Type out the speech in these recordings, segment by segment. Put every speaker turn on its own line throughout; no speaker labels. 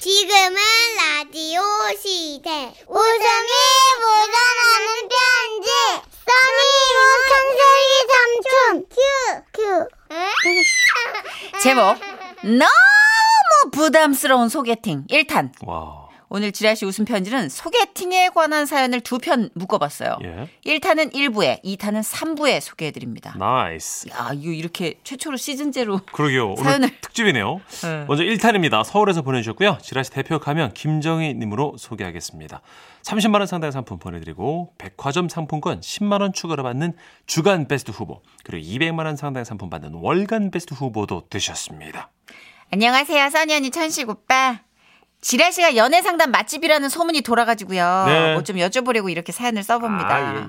지금은 라디오 시대. 웃음이 묻어나는 편지. 써니 우천세기 삼촌. 큐. 큐.
제목 너무 부담스러운 소개팅 1탄
와.
오늘 지라시 웃음 편지는 소개팅에 관한 사연을 두 편 묶어봤어요.
예.
1탄은 1부에 2탄은 3부에 소개해드립니다.
나이스.
야 이거 이렇게 최초로 시즌제로
그러게요. 오늘
사연을.
특집이네요.
네.
먼저 1탄입니다. 서울에서 보내주셨고요. 지라시 대표 가면 김정희 님으로 소개하겠습니다. 30만 원 상당의 상품 보내드리고 백화점 상품권 10만 원 추가로 받는 주간 베스트 후보 그리고 200만 원 상당의 상품 받는 월간 베스트 후보도 되셨습니다.
안녕하세요 써니 언니 천식 오빠 지라시가 연애 상담 맛집이라는 소문이 돌아가지고요.
네.
뭐 좀 여쭤보려고 이렇게 사연을 써봅니다.
아, 예, 예.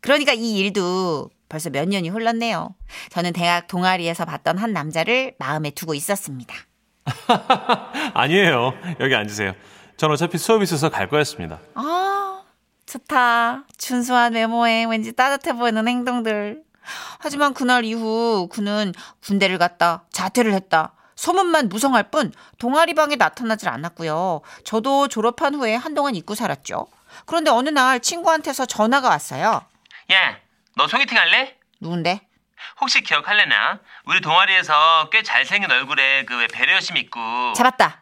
그러니까 이 일도 벌써 몇 년이 흘렀네요. 저는 대학 동아리에서 봤던 한 남자를 마음에 두고 있었습니다.
아니에요. 여기 앉으세요. 전 어차피 수업이 있어서 갈 거였습니다.
아, 좋다. 준수한 외모에 왠지 따뜻해 보이는 행동들. 하지만 그날 이후 그는 군대를 갔다, 자퇴를 했다. 소문만 무성할 뿐 동아리방에 나타나질 않았고요. 저도 졸업한 후에 한동안 잊고 살았죠. 그런데 어느 날 친구한테서 전화가 왔어요.
야, 예, 너 소개팅 할래?
누군데?
혹시 기억할래나? 우리 동아리에서 꽤 잘생긴 얼굴에 그 왜 배려심 있고
잡았다.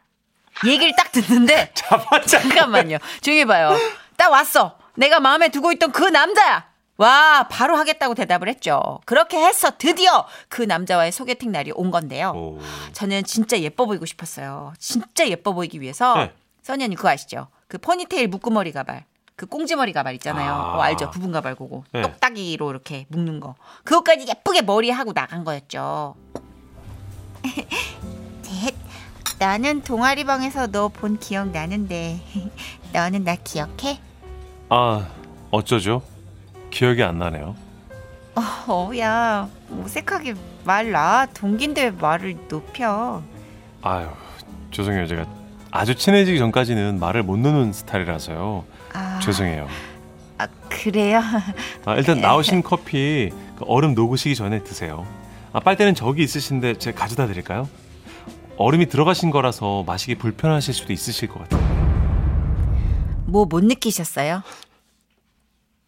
얘기를 딱 듣는데
잡았자.
잠깐만요. 조용히 봐요. 딱 왔어. 내가 마음에 두고 있던 그 남자야. 와, 바로 하겠다고 대답을 했죠. 그렇게 해서 드디어 그 남자와의 소개팅 날이 온 건데요.
오.
저는 진짜 예뻐 보이고 싶었어요. 진짜 예뻐 보이기 위해서
네.
써니 언니 그거 아시죠? 그 포니테일 묶음머리 가발. 그 꽁지머리 가발 있잖아요.
아.
어, 알죠? 부분 가발 고거
네.
똑딱이로 이렇게 묶는 거. 그것까지 예쁘게 머리 하고 나간 거였죠. 넷. 나는 동아리 방에서 너 본 기억 나는데 너는 나 기억해?
아 어쩌죠? 기억이 안 나네요.
어야 어색하게 말라 동기인데 왜 말을 높여?
아유 죄송해요 제가 아주 친해지기 전까지는 말을 못 놓는 스타일이라서요
아,
죄송해요
아 그래요?
아, 일단 나오신 커피 그 얼음 녹으시기 전에 드세요 아, 빨대는 저기 있으신데 제가 가져다 드릴까요? 얼음이 들어가신 거라서 마시기 불편하실 수도 있으실 것 같아요
뭐 못 느끼셨어요?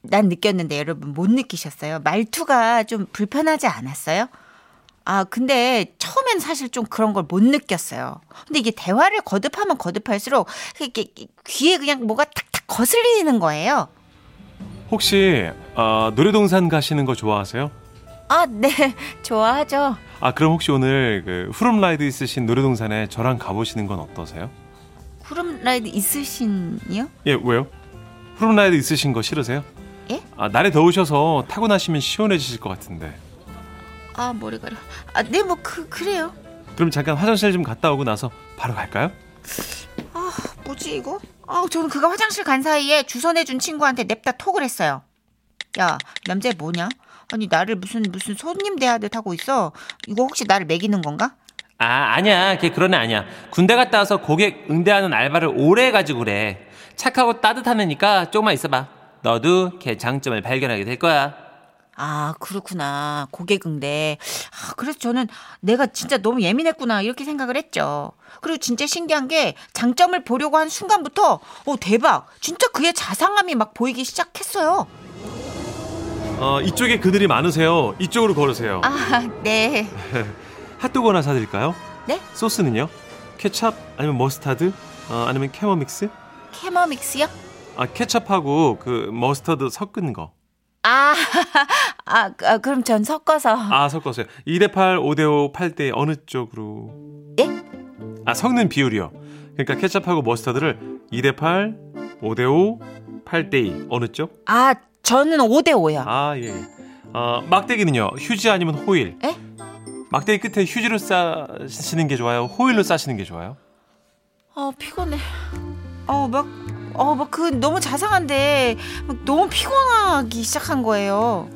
난 느꼈는데 여러분 못 느끼셨어요? 말투가 좀 불편하지 않았어요? 아, 근데 처음엔 사실 좀 그런 걸 못 느꼈어요. 근데 이게 대화를 거듭하면 거듭할수록 이렇게 귀에 그냥 뭐가 탁탁 거슬리는 거예요.
혹시 아, 노래동산 가시는 거 좋아하세요?
아, 네. 좋아하죠.
아 그럼 혹시 오늘 그 후룸라이드 있으신 노래동산에 저랑 가보시는 건 어떠세요?
구름 라이드 있으신이요?
예 왜요? 후룸라이드 있으신 거 싫으세요?
예?
아, 날에 더우셔서 타고 나시면 시원해지실 것 같은데
아, 머리가. 아, 네, 뭐, 그, 그래요.
그럼 잠깐 화장실 좀 갔다 오고 나서 바로 갈까요?
아, 뭐지 이거? 아, 저는 그가 화장실 간 사이에 주선해준 친구한테 냅다 톡을 했어요. 야, 남자 뭐냐? 아니 나를 무슨 무슨 손님 대하듯 하고 있어. 이거 혹시 나를 매기는 건가?
아, 아니야. 걔 그런 애 아니야. 군대 갔다 와서 고객 응대하는 알바를 오래 해가지고 그래. 착하고 따뜻한 애니까 조금만 있어봐. 너도 걔 장점을 발견하게 될 거야.
아, 그렇구나. 고객인데. 아, 그래서 저는 내가 진짜 너무 예민했구나. 이렇게 생각을 했죠. 그리고 진짜 신기한 게 장점을 보려고 한 순간부터 어, 대박. 진짜 그의 자상함이 막 보이기 시작했어요.
어, 이쪽에 그들이 많으세요. 이쪽으로 걸으세요.
아, 네.
핫도그 하나 사드릴까요?
네?
소스는요? 케찹 아니면 머스타드? 어, 아니면 캐머믹스?
캐머믹스요?
아, 케찹하고 그 머스타드 섞은 거.
아, 아, 아, 그럼 전 섞어서.
아, 섞었어요. 2대 8, 5대 5, 8대 어느 쪽으로?
예?
아, 섞는 비율이요. 그러니까 케찹하고 머스타드를 2대 8, 5대 5, 8대 2 어느 쪽?
아, 저는 5대 5요.
아, 예. 어, 막대기는요. 휴지 아니면 호일.
예?
막대기 끝에 휴지로 싸시는 게 좋아요? 호일로 싸시는 게 좋아요?
어, 피곤해. 어, 막 어, 막 그 너무 자상한데 막 너무 피곤하기 시작한 거예요.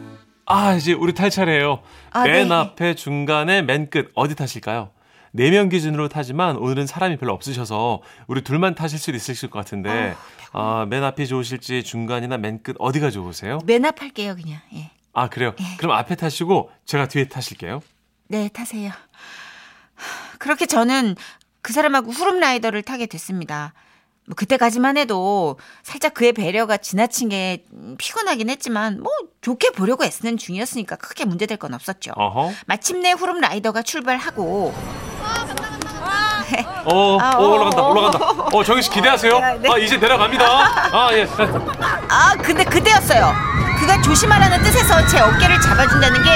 아 이제 우리 탈 차례예요.
아,
맨
네.
앞에 중간에 맨 끝 어디 타실까요? 네 명 기준으로 타지만 오늘은 사람이 별로 없으셔서 우리 둘만 타실 수도 있으실 것 같은데 아, 맨 앞이 좋으실지 중간이나 맨 끝 어디가 좋으세요?
맨 앞 할게요, 그냥. 예.
아 그래요. 그럼 앞에 타시고 제가 뒤에 타실게요.
네, 타세요. 그렇게 저는 그 사람하고 후룸라이더를 타게 됐습니다. 뭐 그때까지만 해도 살짝 그의 배려가 지나친 게 피곤하긴 했지만 뭐 좋게 보려고 애쓰는 중이었으니까 크게 문제될 건 없었죠.
어허.
마침내 후룸라이더가 출발하고
어,
아,
어,
어,
올라간다,
어.
올라간다. 어, 정희 씨 기대하세요. 아, 이제 내려갑니다. 아, 예.
아 근데 그때였어요. 그가 조심하라는 뜻에서 제 어깨를 잡아준다는 게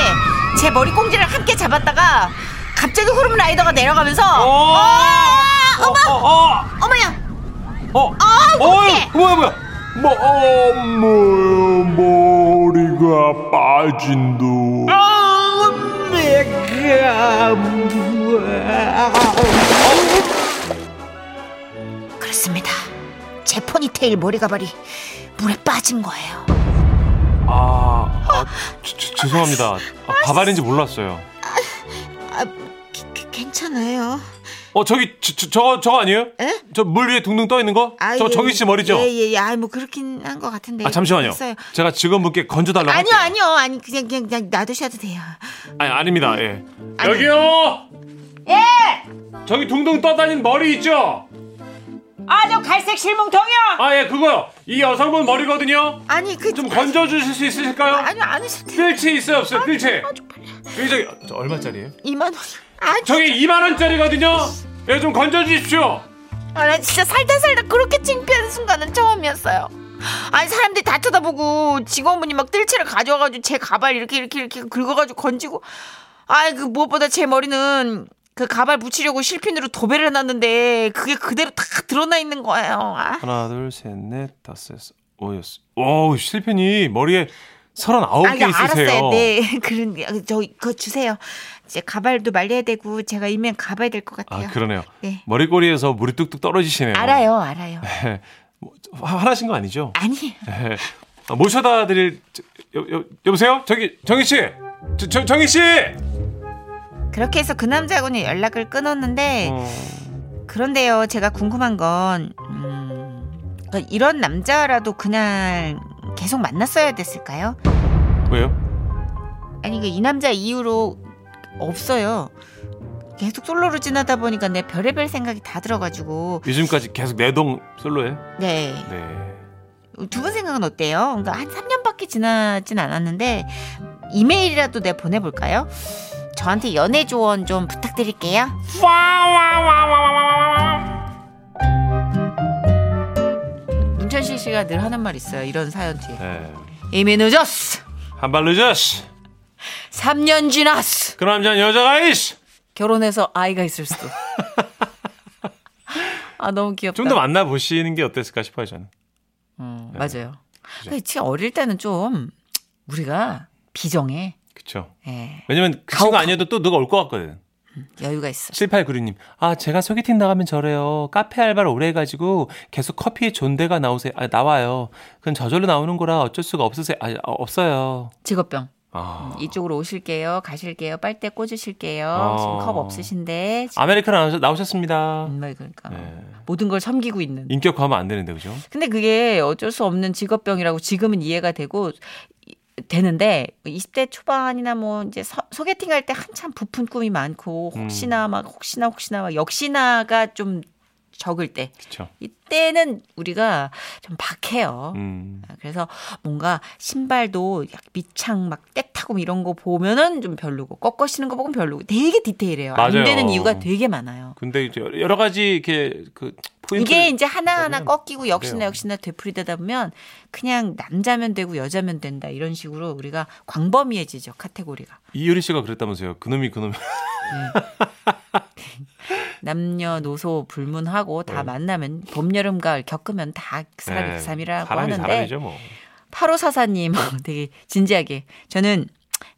제 머리 꽁지를 함께 잡았다가 갑자기 후룸라이더가 내려가면서
어, 어, 어,
어머야
어, 어,
어떡해.
뭐야, 뭐야. 뭐, 어, 뭐야, 머리가 빠진다.
아. 그렇습니다. 제 포니테일 머리가발이 물에 빠진 거예요.
아, 아 저, 저, 죄송합니다. 아, 가발인지 몰랐어요.
그, 괜찮아요.
어, 저기, 저, 저, 저거, 저거 아니에요?
에? 아, 예,
저 물 위에 둥둥 떠 있는 거? 저 정희 씨 머리죠?
예예. 아, 뭐 그렇긴 한 것 같은데.
아, 잠시만요.
있어요.
제가 직원분께 건져달라고.
아니요,
할게요.
아니요, 아니 그냥 그냥 그냥 놔두셔도 돼요.
아니 아닙니다. 예. 여기요. 예. 저기 둥둥 떠다니는 머리 있죠?
아, 저 갈색 실뭉텅이요.
아 예 그거요. 이 여성분 머리거든요.
아니 그
좀 건져 주실 수 있으실까요?
아니요, 안 하셔도 돼요.
필치 있어요 없어요? 필치.
아,
저기 저기 저 얼마짜리예요?
2만 원. 아니,
저기 2만 원짜리거든요. 예 좀 건져 주십시오.
아, 나 진짜 살다 살다 그렇게 창피한 순간은 처음이었어요. 아니 사람들이 다 쳐다보고 직원분이 막 뜰채를 가져와가지고 제 가발 이렇게 이렇게 이렇게 긁어가지고 건지고 아이 그 무엇보다 제 머리는 그 가발 붙이려고 실핀으로 도배를 해놨는데 그게 그대로 다 드러나 있는 거예요. 아,
하나 둘 셋 넷 다섯 여섯 오여섯. 오 실핀이 머리에
아,
39개
이거 알았어요.
있으세요.
네, 그런 저 그거 주세요. 이제 가발도 말려야 되고 제가 이면 가봐야 될 것 같아요.
아 그러네요.
네.
머리꼬리에서 물이 뚝뚝 떨어지시네요.
알아요, 알아요.
예. 뭐, 화나신 거 아니죠?
아니에요.
예. 아, 모셔다 드릴 저, 여, 여, 여보세요? 저기 정희 씨. 저, 저 정희 씨.
그렇게 해서 그 남자하고는 연락을
어.
끊었는데 그런데요, 제가 궁금한 건 음, 그러니까 이런 남자라도 그날 계속 만났어야 됐을까요?
왜요?
아니 그 이 남자 이후로 없어요. 계속 솔로로 지나다 보니까 내 별의별 생각이 다 들어가지고
요즘까지 계속 내동 솔로예요?
네.
네.
두 분 생각은 어때요? 그러니까 한 3년밖에 지나진 않았는데 이메일이라도 내 보내볼까요? 저한테 연애 조언 좀 부탁드릴게요. 문천식 씨가 늘 하는 말 있어요. 이런 사연 뒤에
네.
이미 늦었어.
한발 늦었어.
3년 지났어.
그 남자는 여자가 있어.
결혼해서 아이가 있을 수도. 아 너무 귀엽다.
좀 더 네. 만나 보시는 게 어땠을까 싶어요 저는.
음, 맞아요. 근데 진짜 어릴 때는 좀 우리가 비정해.
그렇죠.
예,
왜냐면 그 친구 아니어도 또 누가 올 것 같거든.
여유가 있어.
7896님. 아, 제가 소개팅 나가면 저래요. 카페 알바를 오래 해가지고 계속 커피에 존대가 나오세요. 아, 나와요. 그건 저절로 나오는 거라 어쩔 수가 없으세요. 아, 어, 없어요.
직업병.
아.
이쪽으로 오실게요. 가실게요. 빨대 꽂으실게요.
아.
지금 컵 없으신데. 지금
아메리카노 나오셨, 나오셨습니다.
정말 그러니까
네.
모든 걸 섬기고 있는.
인격화하면 안 되는데, 그죠?
근데 그게 어쩔 수 없는 직업병이라고 지금은 이해가 되고 이- 되는데 20대 초반이나 뭐 이제 서- 소개팅할 때 한참 부푼 꿈이 많고 혹시나
음.
막 혹시나 혹시나 막 역시나가 좀 적을 때
그쵸.
이때는 우리가 좀 박해요.
음.
아, 그래서 뭔가 신발도 약 밑창 막 때타고 뭐 이런 거 보면은 좀 별로고 꺾어시는 거 보면 별로고 되게 디테일해요.
맞아요.
안 되는 이유가 되게 많아요.
근데 이제 여러- 여러 가지 이렇게 그 포인트.
이게 이제 하나하나
그러면 네.
꺾이고 역시나
그래요.
역시나 되풀이되다 보면 그냥 남자면 되고 여자면 된다 이런 식으로 우리가 광범위해지죠 카테고리가
이효리 씨가 그랬다면서요. 그놈이 그놈이.
남녀노소 불문하고
네.
다 만나면 봄 여름 가을 겪으면 다 그 사람이 그 사람이라고
사람이
하는데
사람이죠, 뭐.
8544님 어, 되게 진지하게 저는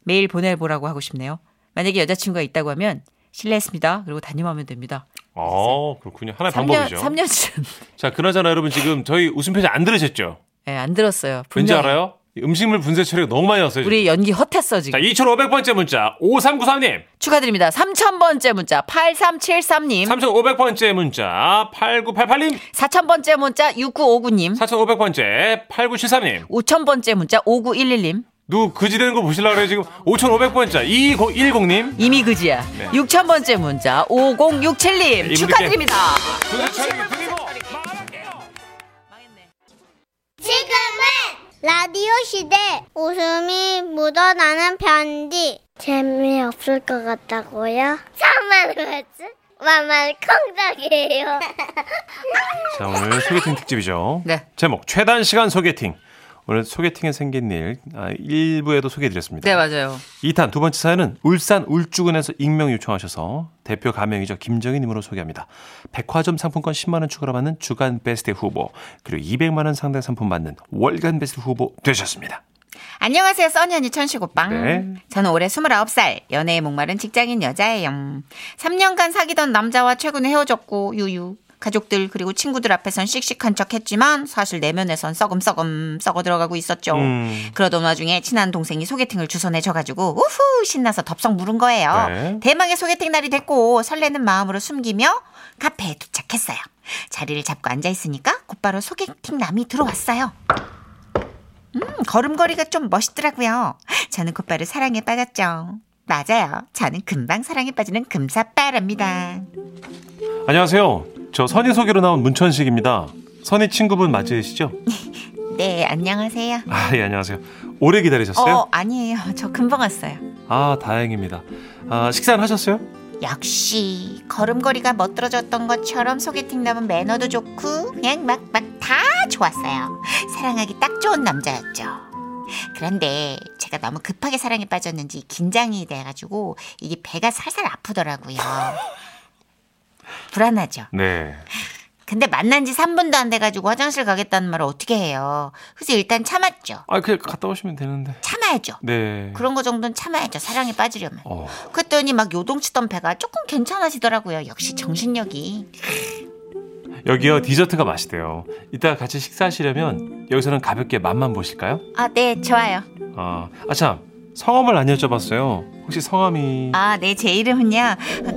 메일 보내보라고 하고 싶네요 만약에 여자친구가 있다고 하면 실례했습니다 그리고 담임하면 됩니다
어, 그렇군요. 하나의
3년
방법이죠.
3년 전
자, 그나저나 여러분 지금 저희 웃음편지 안 들으셨죠?
예, 안 들었어요
왠지
분명히.
알아요? 음식물 분쇄 처리가 너무 많이 왔어요. 지금.
우리 연기 헛했어 지금
자, 2,500번째 문자 5393님,
축하드립니다. 3000번째 문자 8373님,
3,500번째 문자 8988님,
4000번째 문자 6959님,
4,500번째 8973님.
5000번째 문자 5911님.
누구 그지되는 거 보실라 그래 지금 5,500번째 2010님
이미 그지야. 6,000번째 문자 5067님
이분들께
축하드립니다.
군대 차리기 드리고
지금은 라디오 시대 웃음이 묻어나는 편지 재미없을 것 같다고요? 참말로 했지? 만만 콩닥이에요
자 오늘 소개팅 특집이죠.
네.
제목 최단 시간 소개팅. 오늘 소개팅에 생긴 일 아, 1부에도 소개해드렸습니다.
네 맞아요.
2탄 두 번째 사연은 울산 울주군에서 익명 요청하셔서 대표 가명이죠 김정희님으로 소개합니다. 백화점 상품권 10만 원 추가로 받는 주간 베스트 후보 그리고 200만 원 상당 상품 받는 월간 베스트 후보 되셨습니다.
안녕하세요, 써니 언니 천식 오빵.
네.
저는 올해 29살, 연애에 목마른 직장인 여자예요. 3년간 사귀던 남자와 최근에 헤어졌고, 유유. 가족들 그리고 친구들 앞에선 씩씩한 척 했지만 사실 내면에선 썩음썩음 썩어 들어가고 있었죠.
음.
그러던 와중에 친한 동생이 소개팅을 주선해줘가지고 우후 신나서 덥석 물은 거예요.
네.
어, 대망의 소개팅 날이 됐고 설레는 마음으로 숨기며 카페에 도착했어요. 자리를 잡고 앉아있으니까 곧바로 소개팅 남이 들어왔어요. 걸음걸이가 좀 멋있더라고요. 저는 곧바로 사랑에 빠졌죠. 맞아요. 저는 금방 사랑에 빠지는 금사빠랍니다.
안녕하세요. 저 선희 소개로 나온 문천식입니다. 선희 친구분 맞으시죠?
네, 안녕하세요.
아, 예, 안녕하세요. 오래 기다리셨어요?
어, 아니에요. 저 금방 왔어요.
아, 다행입니다. 아, 식사는 하셨어요?
역시 걸음걸이가 멋들어졌던 것처럼 소개팅 남은 매너도 좋고 그냥 막 막 다 좋았어요. 사랑하기 딱 좋은 남자였죠. 그런데 제가 너무 급하게 사랑에 빠졌는지 긴장이 돼가지고 이게 배가 살살 아프더라고요. 불안하죠.
네.
근데 만난 지 3분도 안 돼가지고 화장실 가겠다는 말을 어떻게 해요? 그래서 일단 참았죠.
아, 그냥 갔다 오시면 되는데.
참아야죠.
네.
그런 거 정도는 참아야죠. 사랑에 빠지려면.
어,
그랬더니 막 요동치던 배가 조금 괜찮아지더라고요. 역시 정신력이.
여기요, 디저트가 맛있대요. 이따 같이 식사하시려면 여기서는 가볍게 맛만 보실까요?
아, 네, 좋아요.
아, 아 참. 성함을 안 여쭤봤어요. 혹시 성함이
아, 네, 제 이름은요.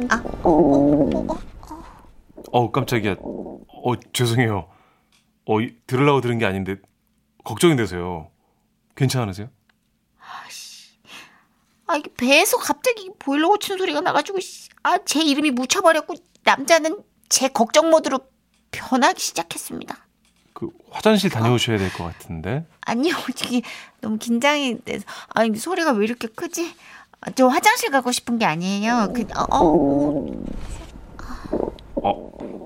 아,
어, 깜짝이야. 어, 죄송해요. 어, 이- 들으려고 들은 게 아닌데 걱정이 돼서요. 괜찮으세요?
아, 이게 배에서 갑자기 보일러 고치는 소리가 나가지고, 씨, 아, 제 이름이 묻혀버렸고, 남자는 제 걱정 모드로 변하기 시작했습니다.
그 화장실 다녀오셔야 될 것 같은데.
아니요, 이게 너무 긴장이 돼서. 아, 이 소리가 왜 이렇게 크지? 아, 저 화장실 가고 싶은 게 아니에요. 그, 어, 어,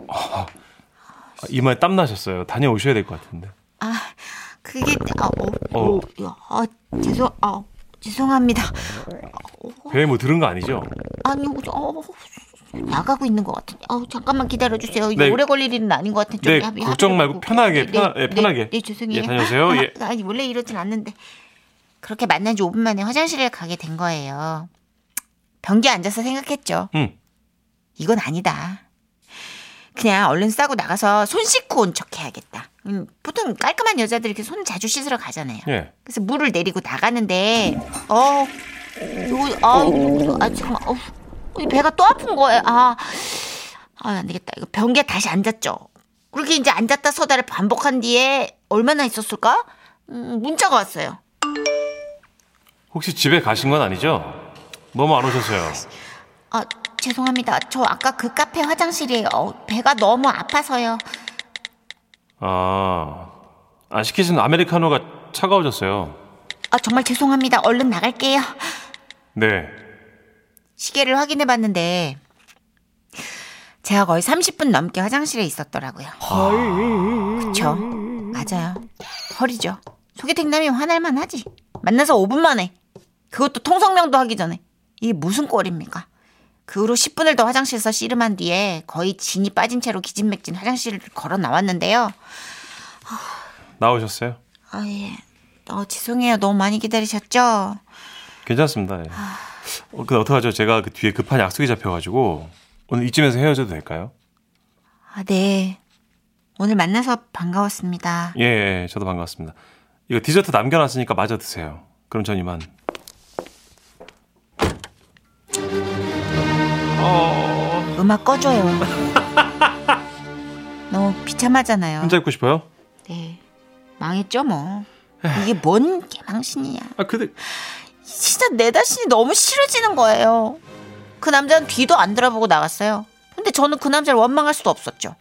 아, 이마에 땀 나셨어요. 다녀오셔야 될 것 같은데.
아, 그게, 아, 어,
어.
어, 아, 죄송, 아, 죄송합니다.
배에 뭐 들은 거 아니죠?
아니, 어, 나가고 있는 것 같은데. 어, 잠깐만 기다려주세요. 이거
네.
오래 걸릴 일은 아닌 것 같은데.
네, 걱정 말고 편하게, 편하- 예, 편하게.
네, 죄송해요.
예, 다녀오세요.
아,
예.
아니, 원래 이러진 않는데. 그렇게 만난 지 5분 만에 화장실에 가게 된 거예요. 변기에 앉아서 생각했죠.
응.
이건 아니다. 그냥 얼른 싸고 나가서 손 씻고 온 척 해야겠다. 음, 보통 깔끔한 여자들이 이렇게 손 자주 씻으러 가잖아요.
예.
그래서 물을 내리고 나가는데 어 이거 아 이거 아 잠깐 어 이 배가 또 아픈 거예요 아아안 되겠다 이거 변기에 다시 앉았죠 그렇게 이제 앉았다 서다를 반복한 뒤에 얼마나 있었을까 음, 문자가 왔어요
혹시 집에 가신 건 아니죠? 너무 안 오셨어요.
아 죄송합니다 저 아까 그 카페 화장실이에요 어, 배가 너무 아파서요
아, 안 시키신 아메리카노가 차가워졌어요.
아 정말 죄송합니다 얼른 나갈게요
네.
시계를 확인해 봤는데 제가 거의 30분 넘게 화장실에 있었더라고요. 헐. 그쵸. 맞아요. 헐이죠. 소개팅 남이 화날만 하지. 만나서 5분 만에. 그것도 통성명도 하기 전에. 이게 무슨 꼴입니까? 그 후로 10분을 더 화장실에서 씨름한 뒤에 거의 진이 빠진 채로 기진맥진 화장실을 걸어 나왔는데요.
나오셨어요?
아, 예. 어, 죄송해요. 너무 많이 기다리셨죠? 아,
괜찮습니다. 예. 어, 근데 어떡하죠? 제가 그 뒤에 급한 약속이 잡혀가지고 오늘 이쯤에서 헤어져도 될까요?
아, 네. 오늘 만나서 반가웠습니다.
예, 예, 저도 반갑습니다. 이거 디저트 남겨놨으니까 마저 드세요. 그럼 전 이만.
음악 꺼줘요. 너무 비참하잖아요.
혼자 있고 싶어요?
네. 망했죠, 뭐. 이게 뭔 개망신이야.
아 근데
진짜 내 자신이 너무 싫어지는 거예요. 그 남자는 뒤도 안 돌아보고 나갔어요. 근데 저는 그 남자를 원망할 수도 없었죠.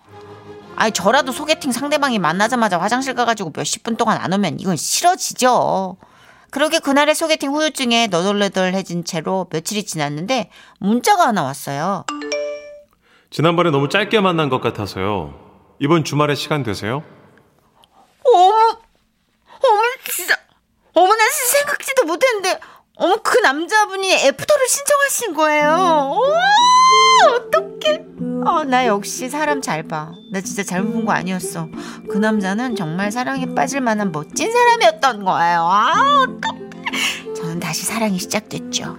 아니 저라도 소개팅 상대방이 만나자마자 화장실 가가지고 몇십 분 동안 안 오면 이건 싫어지죠. 그렇게 그날의 소개팅 후유증에 너덜너덜해진 채로 며칠이 지났는데 문자가 하나 왔어요.
지난번에 너무 짧게 만난 것 같아서요. 이번 주말에 시간 되세요?
어머, 어머 진짜, 어머 나 진짜 생각지도 못했는데, 어머 그 남자분이 애프터를 신청하신 거예요. 오, 어떡해. 어, 나 역시 사람 잘 봐. 나 진짜 잘못 본 거 아니었어. 그 남자는 정말 사랑에 빠질 만한 멋진 사람이었던 거예요. 아, 어떡해. 저는 다시 사랑이 시작됐죠.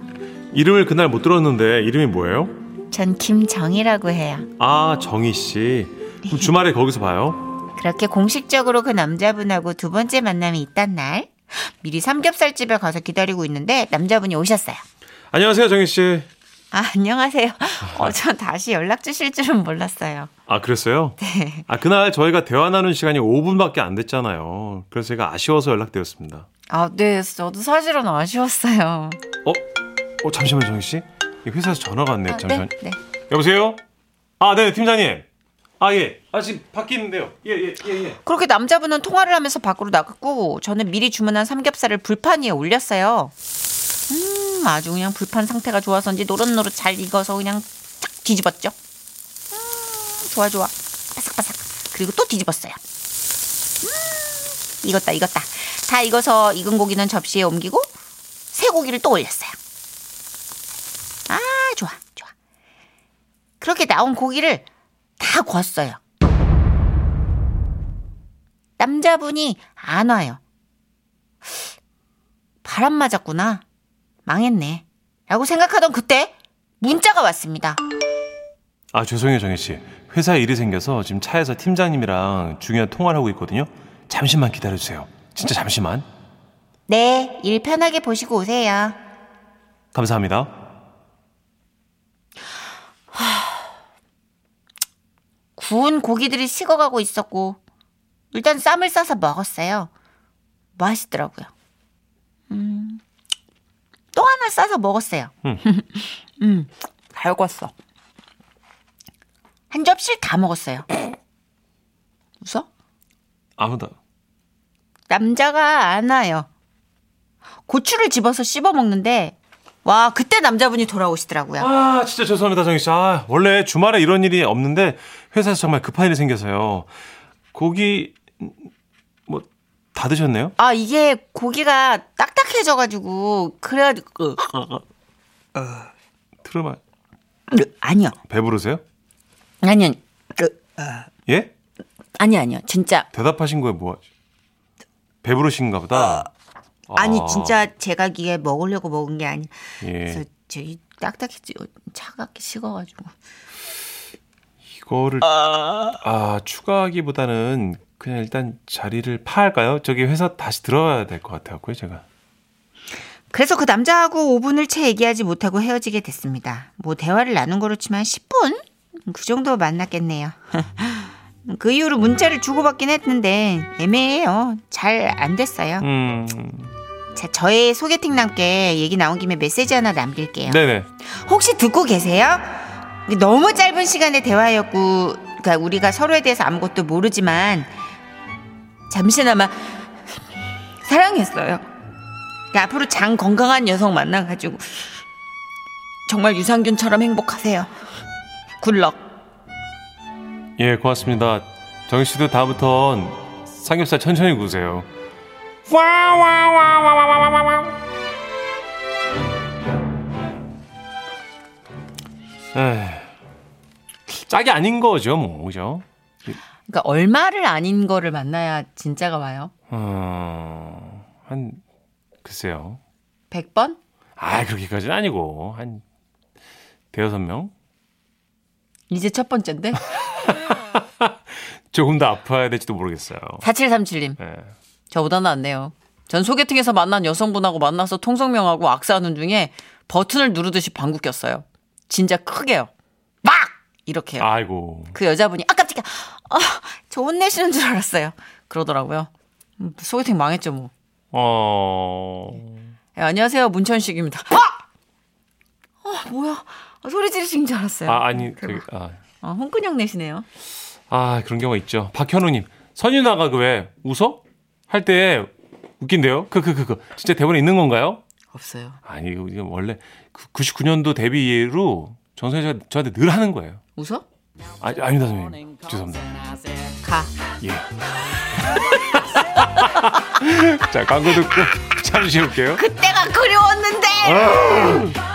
이름을 그날 못 들었는데 이름이 뭐예요?
전 김정이라고 해요.
아 정희 씨. 그럼 주말에 거기서 봐요.
그렇게 공식적으로 그 남자분하고 두 번째 만남이 있단 날 미리 삼겹살집에 가서 기다리고 있는데 남자분이 오셨어요.
안녕하세요 정희 씨.
아, 안녕하세요. 어, 전 다시 연락 주실 줄은 몰랐어요.
아 그랬어요? 아 그날 저희가 대화 나눈 시간이 5분밖에 안 됐잖아요. 그래서 제가 아쉬워서 연락드렸습니다.
아, 네. 저도 사실은 아쉬웠어요.
어? 어 잠시만 정희 씨. 이 회사에서 전화가 왔네요. 잠시만.
네.
여보세요? 아, 네, 팀장님. 아, 예. 아, 지금 밖에 있는데요. 예, 예, 예, 예.
그렇게 남자분은 통화를 하면서 밖으로 나갔고 저는 미리 주문한 삼겹살을 불판 위에 올렸어요. 음, 아주 그냥 불판 상태가 좋아서인지 노릇노릇 잘 익어서 그냥 쫙 뒤집었죠. 음, 좋아 좋아. 바삭바삭. 그리고 또 뒤집었어요. 음, 익었다 익었다. 다 익어서 익은 고기는 접시에 옮기고 새 고기를 또 올렸어요. 아, 좋아 좋아. 그렇게 나온 고기를 다 구웠어요. 남자분이 안 와요. 바람 맞았구나. 망했네. 라고 생각하던 그때 문자가 왔습니다.
아, 죄송해요, 정혜 씨. 회사에 일이 생겨서 지금 차에서 팀장님이랑 중요한 통화를 하고 있거든요. 잠시만 기다려 주세요. 진짜 잠시만.
네, 일 편하게 보시고 오세요.
감사합니다.
9운 고기들이 식어가고 있었고 일단 쌈을 싸서 먹었어요. 맛있더라고요. 음, 또 하나 싸서 먹었어요. 음, 달궜어. 한 접시 다 먹었어요. 웃어?
아무도
남자가 안 와요. 고추를 집어서 씹어 먹는데 와 그때 남자분이 돌아오시더라고요.
아, 진짜 죄송합니다, 정희 씨. 아, 원래 주말에 이런 일이 없는데 회사에서 정말 급한 일이 생겨서요. 고기 뭐 다 드셨네요?
아 이게 고기가 딱딱해져가지고 그래 그
트루마
아니요
배부르세요?
아니요 그,
예?
아니 아니요 진짜
대답하신 거에 뭐 배부르신가 보다.
아니
아,
진짜 제가 이게 먹으려고 먹은 게 아니. 그래서
예.
저기 딱딱해지 차갑게 식어가지고
이거를 아 추가하기보다는 그냥 일단 자리를 파할까요? 저기 회사 다시 들어가야 될 것 같아요, 제가.
그래서 그 남자하고 5분을 채 얘기하지 못하고 헤어지게 됐습니다. 뭐 대화를 나눈 거로 치면 10분? 그 정도 만났겠네요. 그 이후로 문자를 주고받긴 했는데 애매해요. 잘 안 됐어요.
음,
자, 저의 소개팅 남께 얘기 나온 김에 메시지 하나 남길게요.
네네.
혹시 듣고 계세요? 이게 너무 짧은 시간의 대화였고, 그러니까 우리가 서로에 대해서 아무것도 모르지만 잠시나마 사랑했어요. 그러니까 앞으로 장 건강한 여성 만나가지고 정말 유산균처럼 행복하세요. 굿럭.
예, 고맙습니다. 정희 씨도 다음부턴 삼겹살 천천히 구세요. 와, 와, 와, 와, 와, 와, 와, 와, 와. 에휴, 짝이 아닌 거죠, 뭐, 그죠?
그러니까 얼마를 아닌 거를 만나야 진짜가 와요.
어, 한, 글쎄요.
100번?
아, 그렇게까지는 아니고, 한, 대여섯 명?
이제 첫 번째인데?
조금 더 아파야 될지도 모르겠어요.
4737님.
예.
저보다 낫네요. 전 소개팅에서 만난 여성분하고 만나서 통성명하고 악수하는 중에 버튼을 누르듯이 방구 꼈어요. 진짜 크게요. 막! 이렇게요.
아이고.
그 여자분이 아 깜짝이야. 아, 저 혼내시는 줄 알았어요. 그러더라고요. 음, 소개팅 망했죠 뭐.
어.
예, 안녕하세요. 문천식입니다. 아! 어, 뭐야. 아, 소리 지르신 줄 알았어요.
아, 아니, 그,
대박.
아.
어, 홍근영 내시네요.
아, 그런 경우가 있죠. 박현우님, 선유 나가 그 왜 웃어? 할 때 웃긴데요? 그, 그, 그, 그. 진짜 대본에 있는 건가요?
없어요.
아니, 이거 이거 원래 99년도 데뷔 이후로 정선이 씨가 저한테 늘 하는 거예요.
웃어?
아, 아닙니다, 선생님. 죄송합니다.
가.
예. 자, 광고 듣고 잠시 올게요.
그때가 그리웠는데!